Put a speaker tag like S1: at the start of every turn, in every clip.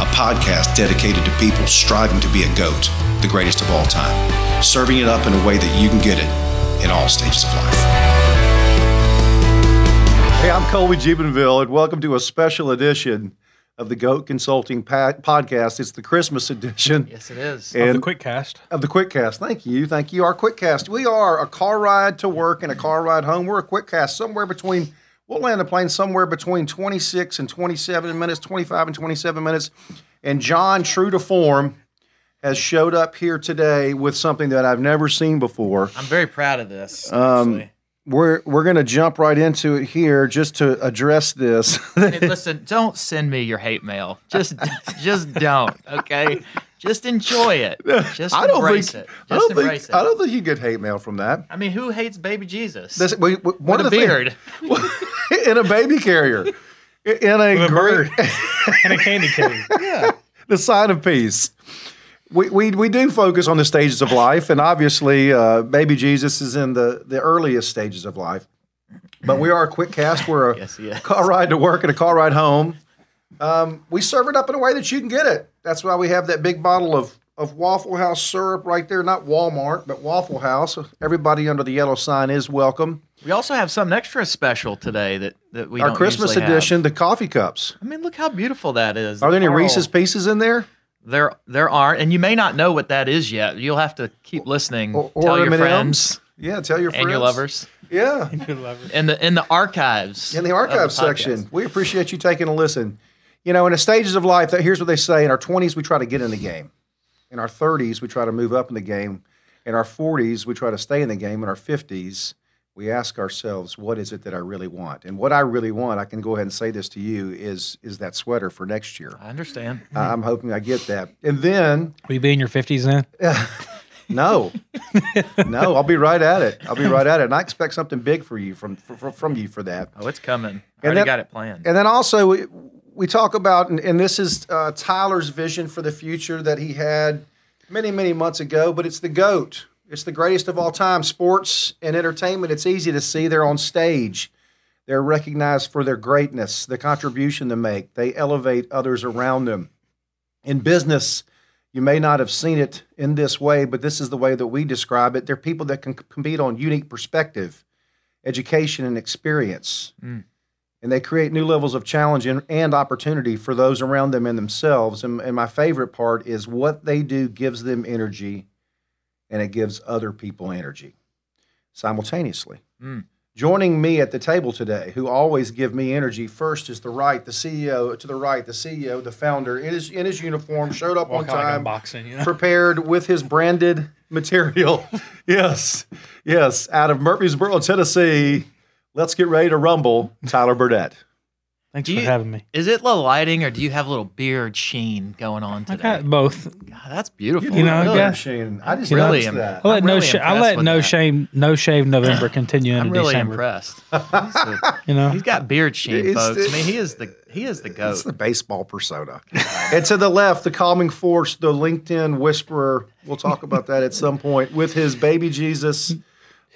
S1: a podcast dedicated to people striving to be a GOAT, the greatest of all time, serving it up in a way that you can get it in all stages of life.
S2: Hey, I'm Colby Jubenville, and welcome to a special edition of the Goat Consulting pa- Podcast. It's the Christmas edition
S3: Yes, it is.
S2: and
S4: the quick cast.
S2: of the QuickCast. Thank you, thank you. Our QuickCast. We are a car ride to work and a car ride home. We're a QuickCast somewhere between. We'll land a plane somewhere between 26 and 27 minutes, 25 and 27 minutes. And John, true to form, has showed up here today with something that I've never seen before.
S3: I'm very proud of this. Um,
S2: We're we're going to jump right into it here just to address this.
S3: listen, don't send me your hate mail. Just, just don't. Okay. Just enjoy it. Just embrace it. Just
S2: I don't think,
S3: embrace it.
S2: I
S3: I,
S2: don't think you get hate mail from that.
S3: mean, who hates baby Jesus?
S2: This, we, we, one of
S3: With a
S2: the thing-
S3: beard.
S2: in a baby carrier, in a,
S4: A
S2: gre-
S4: bird and a candy cane.
S3: yeah.
S2: the sign of peace. We, we, we do focus on the stages of life, and obviously, uh, baby Jesus is in the, the earliest stages of life. But we are a quick cast. We're a
S3: Yes, he is.
S2: car ride to work and a car ride home. Um, we serve it up in a way that you can get it. That's why we have that big bottle of, of Waffle House syrup right there. Not Walmart, but Waffle House. Everybody under the yellow sign is welcome.
S3: We also have something extra special today that, that we
S2: Our
S3: don't
S2: Christmas
S3: usually have.
S2: edition, the coffee cups.
S3: I mean, look how beautiful that is.
S2: Are there any
S3: Carl,
S2: Reese's Pieces in there?
S3: There, there aren't, and you may not know what that is yet. You'll have to keep listening.
S2: Or- or
S3: tell your
S2: M&Ms?
S3: friends
S2: Yeah, tell your friends.
S3: and your lovers
S2: Yeah.
S3: in the in the archives
S2: in the
S3: of
S2: archive
S3: podcast.
S2: section. We appreciate you taking a listen. You know, in the stages of life, that here's what they say: in our 20s, we try to get in the game. In our 30s, we try to move up in the game. In our 40s, we try to stay in the game. In our 50s, we ask ourselves, "What is it that I really want?" And what I really want, I can go ahead and say this to you: is is that sweater for next year?
S3: I understand.
S2: I- I'm hoping I get that. And then
S4: Will you be in your 50s then?
S2: No, no, I'll be right at it. I'll be right at it, and I expect something big for you from from, from you for that.
S3: Oh, it's coming. I already
S2: that-
S3: got it planned.
S2: And then also we, we talk about, and, and this is uh, Tyler's vision for the future that he had many, many months ago. But it's the goat. It's the greatest of all time. Sports and entertainment. It's easy to see. They're on stage. They're recognized for their greatness, the contribution they make. They elevate others around them. In business, you may not have seen it in this way, but this is the way that we describe it. They're people that can compete on unique perspective, education, and experience and they create new levels of challenge and, and opportunity for those around them and themselves. And, and my favorite part is what they do gives them energy and it gives other people energy simultaneously.
S3: Mm.
S2: Joining me at the table today, who always give me energy first, is the right, the CEO, to the right, the CEO, the founder, in his, in his uniform, showed up on
S4: Walk out like
S2: time
S4: unboxing, you know?
S2: prepared with his branded material. yes, yes, out of Murfreesboro, Tennessee. Let's get ready to rumble, Tyler Burdett.
S4: Thanks
S3: Do
S4: for
S3: you-
S4: having me.
S3: Is it the lighting, or do you have a little beard sheen going on
S4: I
S3: today?
S4: got both.
S3: God, that's beautiful.
S4: You know,
S3: really,
S4: yeah.
S2: Shane, I just
S3: Really
S2: noticed
S3: Oh. am-
S2: that.
S4: I let
S3: I'm
S4: no
S3: really
S4: sh- I
S3: impressed
S4: let
S3: with
S4: no
S3: that.
S4: shame no shave November continue into
S3: I'm really
S4: December.
S3: impressed. He's a-
S4: You know,
S3: He's got beard sheen,
S2: It's
S3: folks.
S2: the-
S3: I mean, he is the he is the goat.
S2: That's the baseball persona. and to the left, the calming force, the LinkedIn whisperer. We'll talk about that at some point with his baby Jesus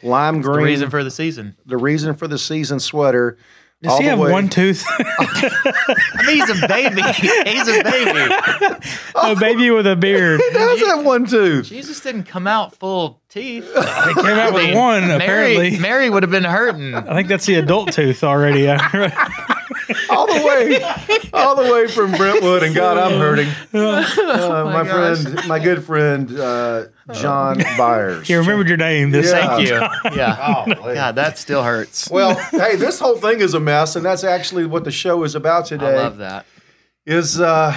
S2: lime green.
S3: the reason for the season.
S2: the reason for the season sweater.
S4: does
S2: all
S4: he
S2: the
S4: have
S2: way-
S4: one tooth?
S3: I mean, he's a baby. he's a baby.
S4: a baby with a beard.
S2: He does have one tooth.
S3: Jesus didn't come out full teeth.
S4: They came out with one apparently.
S3: Mary, Mary would have been hurting.
S4: I think that's the adult tooth already. I
S2: all the way, all the way from Brentwood, and God, I'm hurting. Uh, my,
S3: gosh.
S2: friend, my good friend, uh, John Byers.
S4: remembered your name. This
S2: Yeah.
S3: Thank you. Yeah.
S2: Oh, Golly.
S3: God, that still hurts.
S2: Well, hey, this whole thing is a mess, and that's actually what the show is about today.
S3: I love that.
S2: Is uh,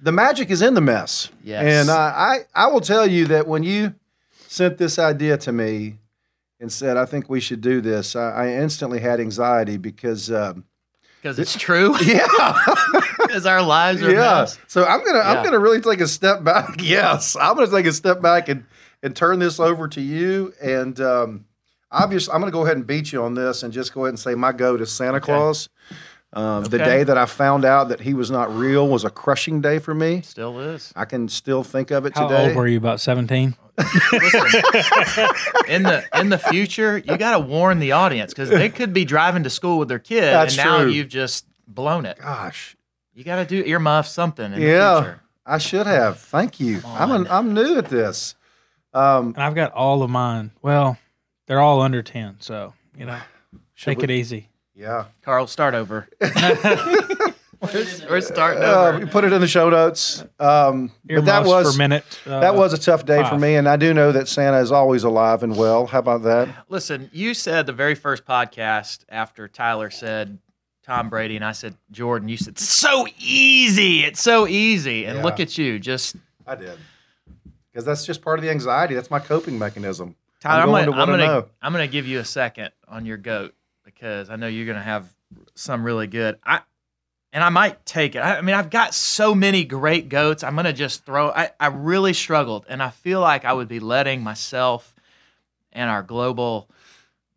S2: the magic is in the mess?
S3: Yes.
S2: And uh, I, I will tell you that when you sent this idea to me and said, "I think we should do this," I, I instantly had anxiety because. Um,
S3: because it's true.
S2: Yeah.
S3: Because our lives are
S2: yeah.
S3: mess.
S2: So I'm gonna
S3: Yeah.
S2: I'm gonna really take a step back. Yes, I'm gonna take a step back and and turn this over to you. And um, obviously, I'm gonna go ahead and beat you on this and just go ahead and say my go to Santa Claus. Um, The
S3: Okay.
S2: day that I found out that he was not real was a crushing day for me.
S3: Still is.
S2: I can still think of it
S4: How
S2: today.
S4: old were you? About 17?
S3: Listen, in the in the future, you got to warn the audience because they could be driving to school with their kid,
S2: That's
S3: and now
S2: true.
S3: you've just blown it.
S2: Gosh,
S3: You got to do earmuff something. In
S2: Yeah.
S3: The future.
S2: I should have. Thank you. I'm an, I'm new at this. Um,
S4: And I've got all of mine. Well, they're all under 10, so, you know, take
S2: we-
S4: it easy.
S2: yeah.
S3: Carl, start over. We're starting
S2: Uh,
S3: over.
S2: we put it in the show notes. Um, but that
S4: Earmuffs
S2: was
S4: for minute. uh,
S2: That was a tough day for
S4: five.
S2: me, and I do know that Santa is always alive and well. How about that?
S3: Listen, you said the very first podcast after Tyler said Tom Brady, and I said Jordan. You said it's so easy. It's so easy. And
S2: Yeah.
S3: look at you, just
S2: I did. Because that's just part of the anxiety. That's my coping mechanism.
S3: Tyler, I'm,
S2: going
S3: gonna,
S2: to
S3: I'm
S2: wanna
S3: gonna,
S2: know.
S3: I'm gonna give you a second on your goat because I know you're gonna have some really good. I and I might take it. I, I mean, I've got so many great goats. I'm gonna just throw. I, I really struggled, and I feel like I would be letting myself and our global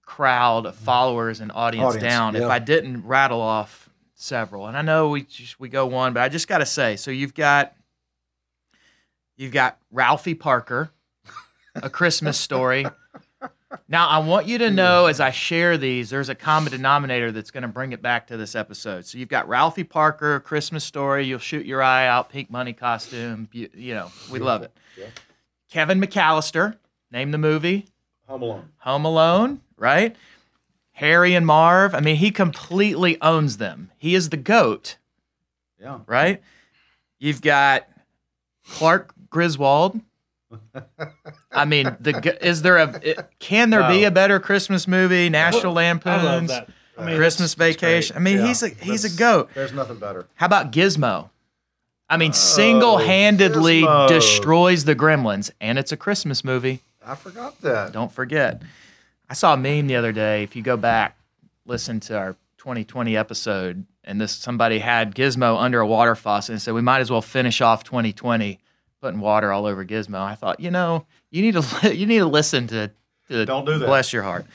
S3: crowd of followers and audience,
S2: Audience,
S3: down
S2: yeah.
S3: if I didn't rattle off several. And I know we just, we go one, but I just gotta say. So you've got you've got Ralphie Parker, A Christmas Story. Now, I want you to know as I share these, there's a common denominator that's going to bring it back to this episode. So you've got Ralphie Parker, Christmas Story, You'll Shoot Your Eye Out, Pink Money Costume. You, you know, we love it. Kevin McAllister, name the movie.
S2: Home Alone.
S3: Home Alone, right? Harry and Marv. I mean, he completely owns them. He is the GOAT,
S2: Yeah.
S3: right? You've got Clark Griswold. I mean, the g- is there a it- can there be
S2: No.
S3: a better Christmas movie? National
S4: Oh. I
S3: Lampoon's
S4: love that. I mean,
S3: Christmas Vacation. I mean,
S2: Yeah.
S3: he's a he's a
S2: That's-
S3: goat.
S2: There's nothing better.
S3: How about Gizmo? I
S4: Oh,
S3: mean, single-handedly
S2: Gizmo.
S3: destroys the Gremlins, and it's a Christmas movie.
S2: I forgot that.
S3: Don't forget. I saw a meme the other day. If you go back, listen to our 2020 episode, and this somebody had Gizmo under a water faucet and said, We might as well finish off 2020 putting water all over Gizmo. I thought, you know, you need to you need to listen to, to
S2: Don't do that.
S3: Bless your heart.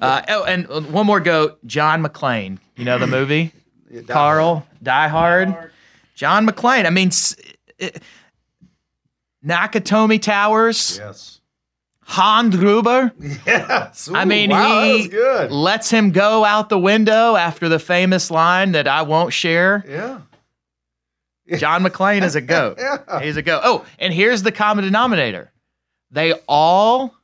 S3: uh, oh, and one more goat, John McClane. You know the movie?
S2: Yeah, Die
S3: Carl, Die Hard, John McClane. I mean, s- it- Nakatomi Towers,
S2: Yes.
S3: Hans Gruber.
S2: Yes.
S3: I
S2: Ooh,
S3: mean,
S2: wow, that
S3: he
S2: was good.
S3: lets him go out the window after the famous line that I won't share.
S2: Yeah.
S3: John McClane is a goat.
S2: Yeah.
S3: He's a goat. Oh, and here's the common denominator they all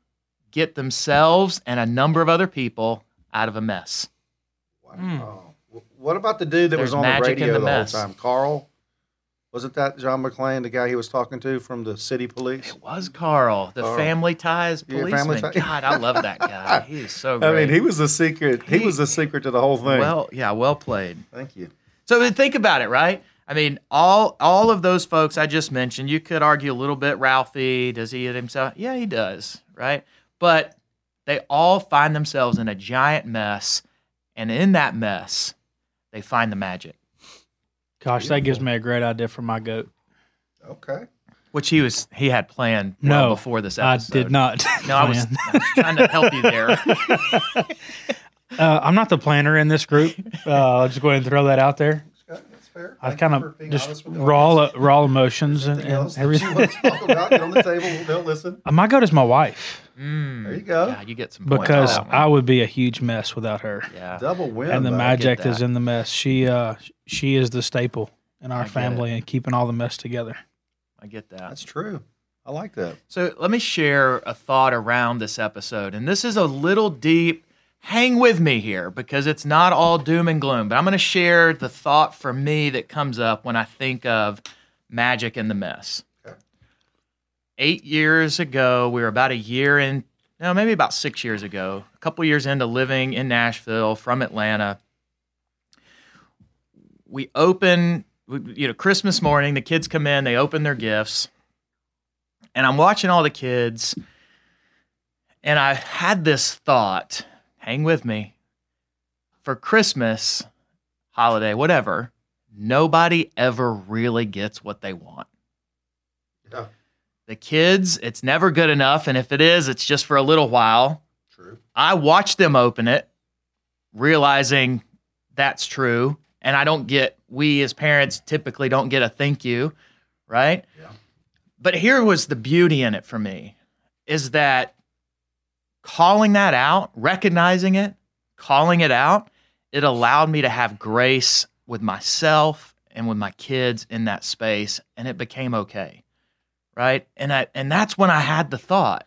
S3: get themselves and a number of other people out of a mess.
S2: Wow. What about the dude that
S3: There's
S2: was on the
S3: magic in
S2: radio
S3: the
S2: the,
S3: mess.
S2: whole time? Carl? Wasn't that John McClain, the guy he was talking to from the city police?
S3: Was Carl the
S2: Carl.
S3: family ties
S2: Yeah,
S3: policeman?
S2: family tie-
S3: God, I love that guy. He is so
S2: I
S3: great.
S2: mean, he was the secret. He,
S3: He-
S2: was the secret to the whole thing.
S3: well, yeah, well played.
S2: Thank you.
S3: So I mean, think about it, right? I mean, all all of those folks I just mentioned, you could argue a little bit Ralphie, does he hit himself? Yeah, he does, right? But they all find themselves in a giant mess, and in that mess, they find the magic,
S4: Gosh, that gives me a great idea for my goat.
S2: Okay.
S3: which he was he had planned well
S4: No,
S3: before this
S4: I
S3: episode.
S4: did not.
S3: No, I was,
S4: plan.
S3: I was trying to help you there.
S4: Uh, I'm not the planner in this group. Uh, I'll just go ahead and throw that out there.
S2: That's fair.
S4: I kind of just raw raw emotions and, and everything.
S2: talk about, get on the table, they'll listen.
S4: Uh, my goat is my wife
S2: There you go.
S3: Mm. Yeah, you get some points
S4: because
S3: on Oh, that one.
S4: I would be a huge mess without her.
S3: yeah.
S2: Double win.
S4: and the
S2: though.
S4: magic is
S3: that.
S4: in the mess. She uh she is the staple in our
S3: get
S4: family and keeping all the mess together.
S3: I get that.
S2: That's true. I like that.
S3: So let me share a thought around this episode. And this is a little deep. Hang with me here because it's not all doom and gloom, but I'm going to share the thought for me that comes up when I think of magic in the mess. Eight years ago, we were about a year in, no, maybe about six years ago, a couple years into living in Nashville from Atlanta we open we- you know christmas morning the kids come in they open their gifts and i'm watching all the kids and i had this thought hang with me for christmas Holiday, whatever, nobody ever really gets what they want.
S2: Yeah.
S3: The kids, it's never good enough. And if it is, it's just for a little while.
S2: True.
S3: I watch them open it, realizing that's true. And I don't get, we as parents typically don't get a thank you, right?
S2: Yeah.
S3: But here was the beauty in it for me is that calling that out, recognizing it, calling it out, it allowed me to have grace with myself and with my kids in that space. And it became okay. Right. And I, and that's when I had the thought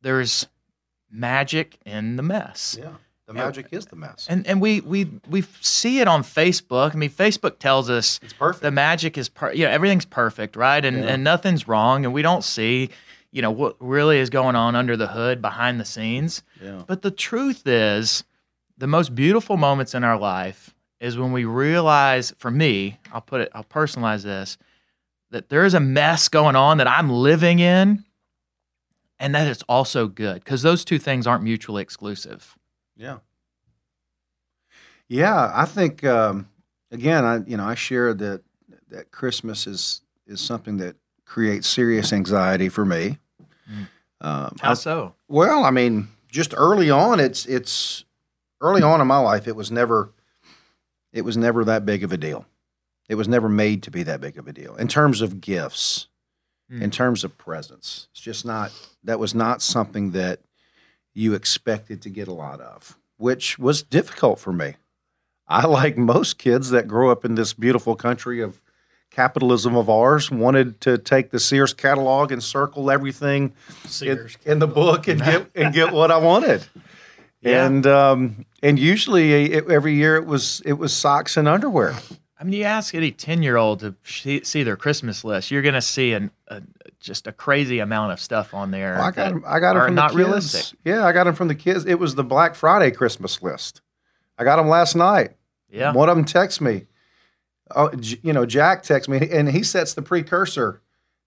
S3: there's magic in the mess.
S2: Yeah. The
S3: Yeah.
S2: magic is the mess.
S3: And and we we we see it on Facebook. I mean, Facebook tells us
S2: it's perfect.
S3: the magic is per- you know everything's perfect, right? And
S2: Yeah.
S3: and nothing's wrong, and we don't see you know what really is going on under the hood behind the scenes.
S2: yeah.
S3: But the truth is, the most beautiful moments in our life is when we realize. For me, I'll put it. I'll personalize this. That there is a mess going on that I'm living in, and that it's also good because those two things aren't mutually exclusive.
S2: Yeah. Yeah, I think um, again, I you know I share that that Christmas is is something that creates serious anxiety for me. Um, I-
S3: Mm. How so?
S2: well, I mean, just early on, it's it's early on in my life, it was never it was never that big of a deal. It was never made to be that big of a deal in terms of gifts,
S3: Hmm.
S2: in terms of presents. It's just not that was not something that you expected to get a lot of, which was difficult for me. I, like most kids that grow up in this beautiful country of capitalism of ours, wanted to take the Sears catalog and circle everything in, in the book and get and get what I wanted.
S3: Yeah.
S2: And um, and usually it, every year it was it was socks and underwear.
S3: I mean, you ask any ten-year-old to see, see their Christmas list, you're going to see an, a just a crazy amount of stuff on there.
S2: I got
S3: that-
S2: 'em- I got them
S3: are
S2: from
S3: not
S2: the kids.
S3: realistic.
S2: Yeah, I got them from the kids. It was the Black Friday Christmas list. I got them last night.
S3: yeah,
S2: One of them texts me. Oh, J- you know, Jack texts me, and he sets the precursor.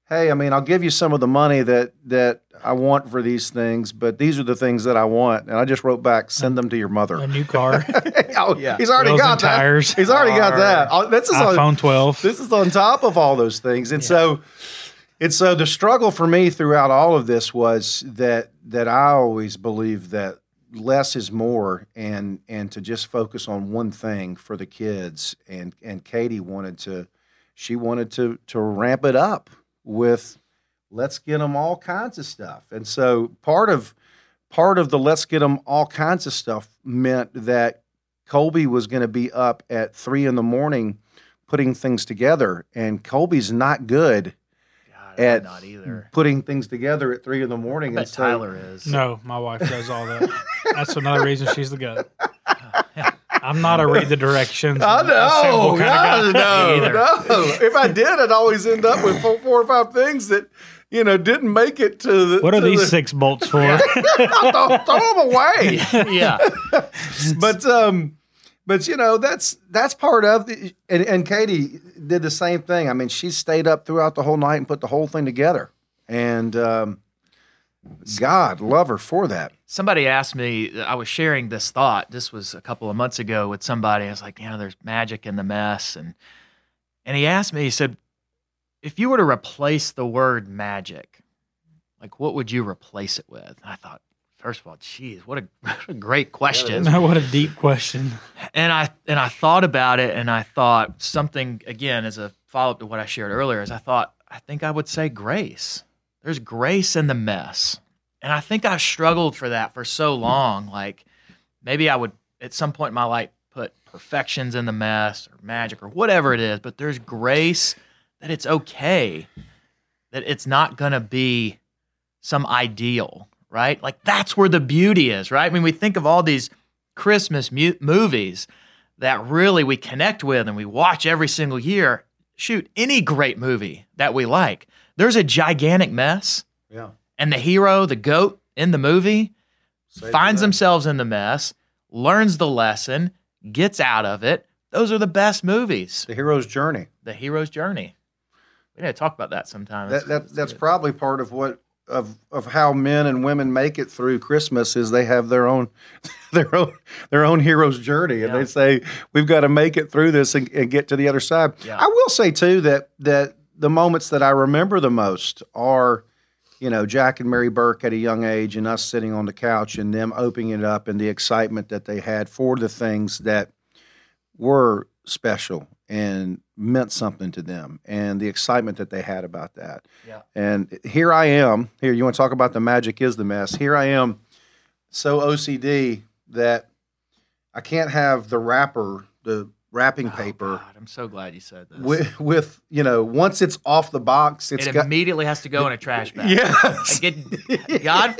S2: Hey, I mean, I'll give you some of the money that that I want for these things, but these are the things that I want. And I just wrote back, send them to your
S4: A
S2: mother.
S4: new car,
S2: oh, yeah, he's already
S4: wheels
S2: got
S4: and
S2: that.
S4: tires,
S2: He's already got
S3: Car.
S2: that. Oh, This is on,
S4: iPhone 12.
S2: this is on top of all those things. And so and so the struggle for me throughout all of this was that that I always believe that less is more and and to just focus on one thing for the kids and and Katie wanted to she wanted to to ramp it up with let's get them all kinds of stuff. And so part of part of the let's get them all kinds of stuff meant that Colby was going to be up at three in the morning putting things together, and Colby's not good
S3: God, I'm
S2: at-
S3: not either.
S2: putting things together at three in the morning.
S3: I
S2: and
S3: bet
S2: so-
S3: Tyler is.
S4: No, my wife does all that. That's another reason she's the goat. I'm not a read the directions.
S2: I know,
S4: assemble kinda guy.
S2: God,
S3: Me
S2: no,
S3: either.
S2: no. If I did, I'd always end up with four, four or five things that you know didn't make it to the.
S4: What are
S2: to
S4: these
S2: the-
S4: six bolts for?
S2: throw, throw them away.
S3: yeah,
S2: but um but you know that's that's part of the and, and katie did the same thing i mean she stayed up throughout the whole night and put the whole thing together and um god love her for that
S3: somebody asked me. I was sharing this thought. This was a couple of months ago with somebody. I was like, you know, there's magic in the mess, and and he asked me. He said, if you were to replace the word magic, like what would you replace it with? I thought, first of all, geez, what a, what a great question.
S4: what a deep question.
S3: and I and I thought about it, and I thought something again as a follow up to what I shared earlier. Is I thought I think I would say grace. There's grace in the mess, and I think I struggled for that for so long. Like maybe I would at some point in my life put perfections in the mess or magic or whatever it is, but there's grace that it's okay that it's not gonna be some ideal, right? Like that's where the beauty is, right? I mean, we think of all these Christmas mu- movies that really we connect with and we watch every single year. Shoot, any great movie that we like, there's a gigantic mess,
S2: yeah
S3: and the hero, the goat in the movie, finds themselves in the mess, learns the lesson, gets out of it. Those are the best movies.
S2: the hero's journey
S3: The hero's journey. We need to talk about that sometime.
S2: that, that that's
S3: good.
S2: probably part of what of of how men and women make it through Christmas is they have their own their own their own hero's journey, and
S3: Yeah.
S2: they say we've got to make it through this and, and get to the other side.
S3: Yeah.
S2: I will say too that that the moments that I remember the most are. You know, Jack and Mary Burke at a young age, and us sitting on the couch and them opening it up, and the excitement that they had for the things that were special and meant something to them and the excitement that they had about that.
S3: Yeah.
S2: And here I am. Here, you want to talk about the magic is the mess. Here I am, so OCD that I can't have the wrapper, the wrapping
S3: Oh,
S2: paper
S3: God, I'm so glad you said this.
S2: with, with, you know, once it's off the box, it's
S3: it
S2: got.
S3: immediately has to go in a trash bag.
S2: Yes.
S3: Like it, God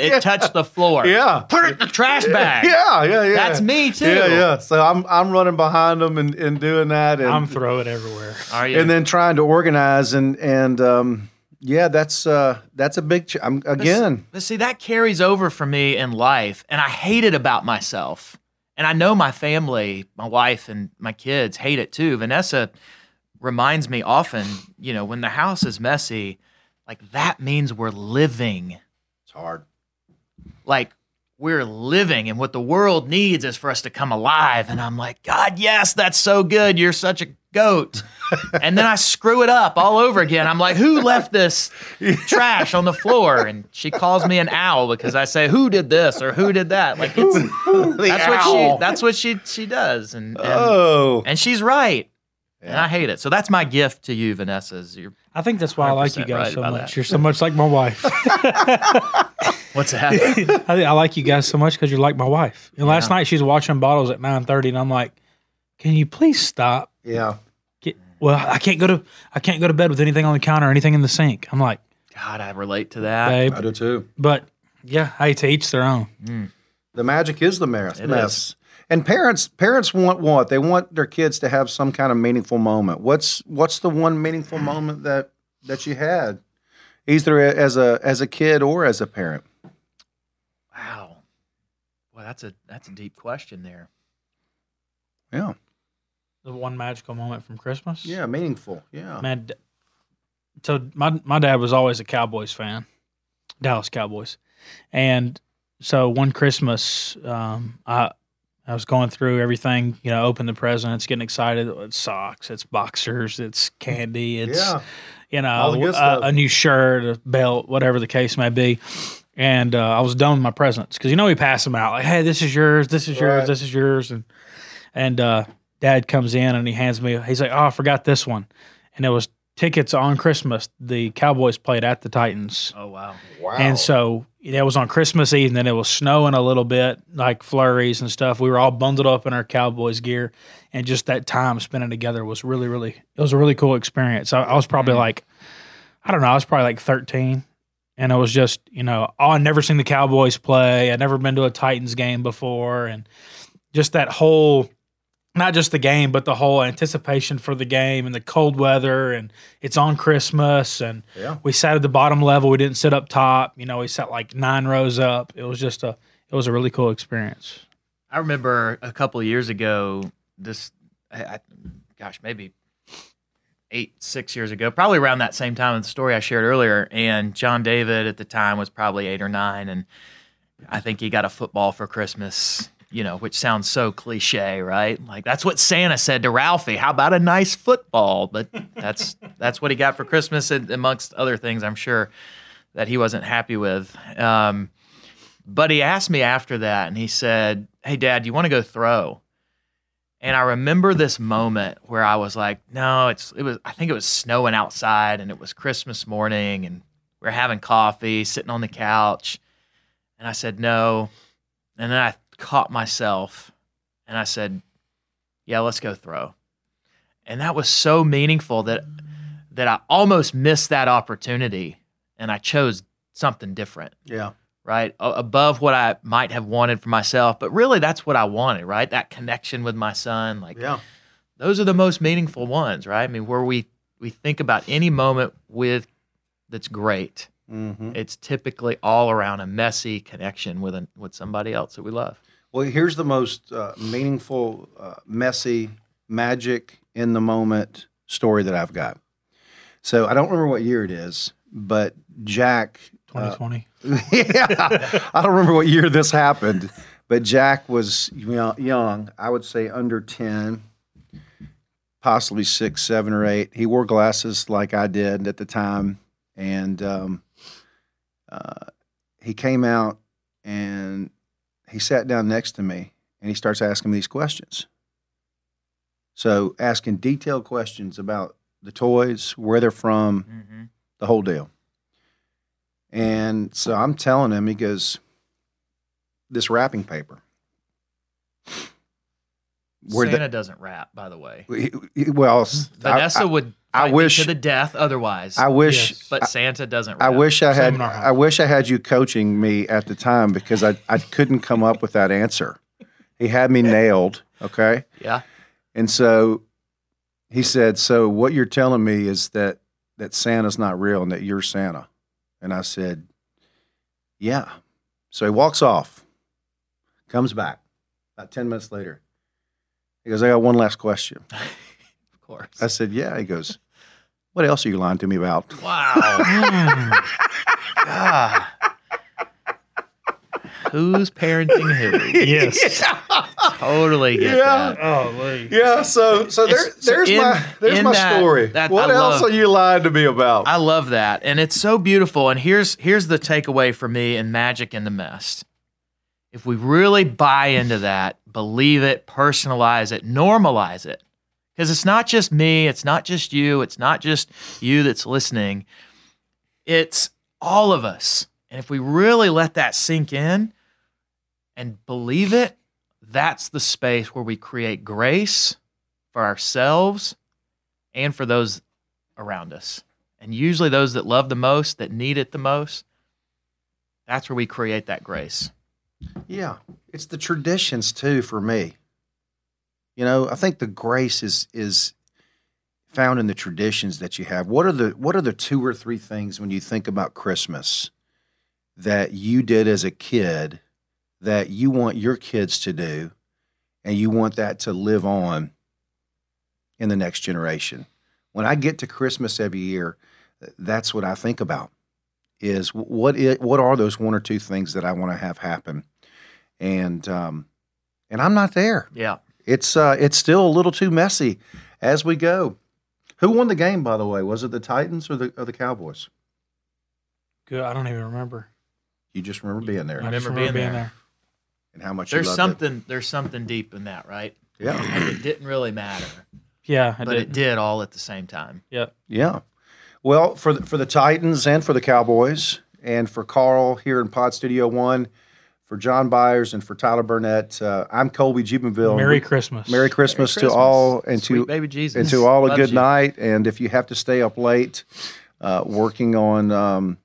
S3: it touched the floor.
S2: Yeah.
S3: Put it in the trash bag.
S2: Yeah, yeah, yeah.
S3: That's me too.
S2: Yeah, yeah. So I'm I'm running behind them and, and doing that and
S4: I'm throwing it everywhere.
S3: Are you?
S2: and then trying to organize and and um, yeah, that's uh, that's a big. Ch- I'm again.
S3: But see, that carries over for me in life, and I hate it about myself. And I know my family, my wife, and my kids hate it too. Vanessa reminds me often, you know, when the house is messy, like that means we're living.
S2: It's hard.
S3: Like we're living, and what the world needs is for us to come alive. And I'm like, God, yes, that's so good. You're such a goat. and then I screw it up all over again. I'm like, who left this trash on the floor? And she calls me an owl because I say, who did this or who did that? Like it's, that's what she that's what she she does. And and,
S2: oh,
S3: and she's right. And
S2: Yeah.
S3: I hate it. So that's my gift to you, Vanessa. Is your
S4: I think that's why I like you
S3: 100%
S4: guys
S3: right
S4: so
S3: about
S4: much.
S3: that.
S4: You're so much like my wife.
S3: what's happening?
S4: I, think I like you guys so much because you're like my wife. And last night she's watching bottles at 9:30, and I'm like, "Can you please stop?
S2: yeah.
S4: Get, well, I can't go to I can't go to bed with anything on the counter or anything in the sink." I'm like,
S3: God, I relate to that.
S4: "Babe,"
S2: I do too.
S4: but yeah, hey, to each their own.
S2: The magic is the mess.
S3: It
S2: mess. And parents, parents want what they want their kids to have some kind of meaningful moment. What's what's the one meaningful moment that that you had, either a- as a as a kid or as a parent?
S3: Wow. Well, that's a that's a deep question there.
S2: Yeah,
S4: The one magical moment from Christmas.
S2: yeah, meaningful. Yeah,
S4: man. d- So my my dad was always a Cowboys fan, Dallas Cowboys, and so one Christmas, um, I I was going through everything, you know, open the presents, getting excited. It's socks, it's boxers, it's candy, it's
S2: yeah.
S4: you
S2: All
S4: know,
S2: the good
S4: a,
S2: stuff.
S4: a new shirt, a belt, whatever the case may be. And uh, I was done with my presents because you know we pass them out like, hey, this is yours, this is yours,
S2: Right.
S4: this is yours, and and uh, Dad comes in and he hands me. He's like, oh, I forgot this one, and it was tickets on Christmas. The Cowboys played at the Titans.
S3: Oh wow.
S2: Wow.
S4: And so it was on Christmas Eve, and then it was snowing a little bit, like flurries and stuff. We were all bundled up in our Cowboys gear, and just that time spending together was really, really, it was a really cool experience. I, I was probably like, I don't know, I was probably like 13, and it was just, you know, oh, I'd never seen the Cowboys play. I'd never been to a Titans game before, and just that whole not just the game but the whole anticipation for the game and the cold weather and it's on christmas and
S2: Yeah.
S4: we sat at the bottom level we didn't sit up top you know we sat like nine rows up it was just a it was a really cool experience
S3: I remember a couple of years ago, this, I, I, gosh, maybe eight, six years ago, probably around that same time of the story I shared earlier. And John David at the time was probably eight or nine. And I think he got a football for Christmas, you know, which sounds so cliche, right? Like that's what Santa said to Ralphie. How about a nice football? But that's, that's what he got for Christmas, and amongst other things, I'm sure that he wasn't happy with. Um, but he asked me after that and he said, Hey, dad, you want to go throw? And I remember this moment where I was like, No, it's, it was, I think it was snowing outside and it was Christmas morning and we are having coffee, sitting on the couch. And I said, No. And then I caught myself and I said, Yeah, let's go throw. And that was so meaningful that, that I almost missed that opportunity and I chose something different
S2: yeah,
S3: right? A- above what I might have wanted for myself. But really, that's what I wanted, right? That connection with my son. Like,
S2: yeah,
S3: those are the most meaningful ones, right? I mean, where we, we think about any moment with that's great,
S2: hmm
S3: it's typically all around a messy connection with, an, with somebody else that we love.
S2: Well, here's the most uh, meaningful, uh, messy, magic in the moment story that I've got. So I don't remember what year it is, but Jack. uh,
S4: 2020.
S2: yeah, I don't remember what year this happened, but Jack was you know, young. I would say under ten, possibly six, seven, or eight. He wore glasses like I did at the time, and um, uh, he came out and he sat down next to me, and he starts asking me these questions. So asking detailed questions about the toys, where they're from,
S3: Mm-hmm.
S2: the whole deal. And so I'm telling him, he goes, This wrapping paper. Where
S3: Santa
S2: the,
S3: doesn't rap, by the way.
S2: he- he- well, s- I-
S3: Vanessa
S2: I,
S3: would
S2: I
S3: fight me
S2: wish-
S3: to the death otherwise.
S2: I wish.
S4: Yes.
S3: but Santa doesn't rap.
S2: I wish I had
S4: Seminar hall.
S2: I wish I had you coaching me at the time because I, I couldn't come up with that answer. He had me nailed, okay?
S3: Yeah.
S2: And so he said, "So what you're telling me is that that Santa's not real and that you're Santa." And I said, "Yeah." So he walks off. Comes back about 10 minutes later. He goes, "I got one last question."
S3: Of course.
S2: I said, "Yeah." He goes, "What else are you lying to me about?"
S3: wow.
S4: Mm.
S3: God. Who's parenting who?
S4: yes.
S3: Totally get
S2: Yeah.
S3: that.
S4: Oh, Lee.
S2: Yeah, so so there,
S3: It's- so
S2: there's
S3: in-
S2: my there's
S3: in
S2: my
S3: that-
S2: story.
S3: that
S2: what
S3: I
S2: else
S3: love-
S2: are you lying to me about?
S3: I love that. And it's so beautiful. And here's here's the takeaway for me in Magic in the Mist. If we really buy into that, believe it, personalize it, normalize it. Because it's not just me, it's not just you, it's not just you that's listening. It's all of us. And if we really let that sink in and believe it, that's the space where we create grace for ourselves and for those around us. And usually those that love the most, that need it the most, that's where we create that grace.
S2: Yeah, it's the traditions too for me. You know, I think the grace is is found in the traditions that you have. What are the what are the two or three things when you think about Christmas that you did as a kid that you want your kids to do and you want that to live on in the next generation? When I get to Christmas every year, that's what I think about is what it, what are those one or two things that I want to have happen? and um, and I'm not there.
S3: Yeah.
S2: It's uh, it's still a little too messy as we go. Who won the game, by the way? Was it the Titans or the or the Cowboys?
S4: Good. I don't even remember.
S2: You just remember being
S4: I
S2: there
S4: just
S3: remember being there.
S2: and how much you
S3: There's
S2: loved
S3: something there's something deep in that, right?
S2: It. Yeah,
S3: Like it didn't really matter,
S4: Yeah, I
S3: but
S4: did.
S3: it did all at the same time.
S2: yeah. Well, for the, for the Titans and for the Cowboys and for Carl here in Pod Studio One, for John Byers and for Tyler Burnett, uh, I'm Colby Jubenville.
S4: Merry Christmas.
S2: Merry Christmas to all and
S3: Sweet
S2: to
S3: baby Jesus.
S2: and to all a
S3: Loves
S2: good
S3: you.
S2: night. And if you have to stay up late uh, working on um,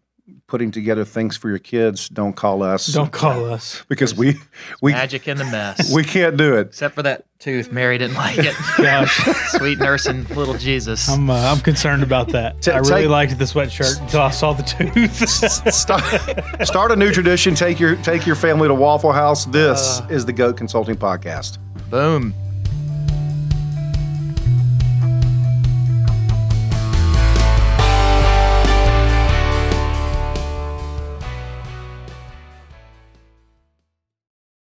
S2: putting together things for your kids, don't call us.
S4: Don't call us.
S2: because we we
S3: Magic in the mess.
S2: we can't do it.
S3: Except for that tooth. Mary didn't like it.
S4: Gosh,
S3: Sweet nursing little Jesus.
S2: Um,
S4: I'm uh, I'm concerned about that.
S2: Ta-
S4: I really
S2: take-
S4: liked the sweatshirt until I saw the tooth.
S2: Start, start a new tradition. Take your take your family to Waffle House. This is the Goat Consulting Podcast.
S3: Boom.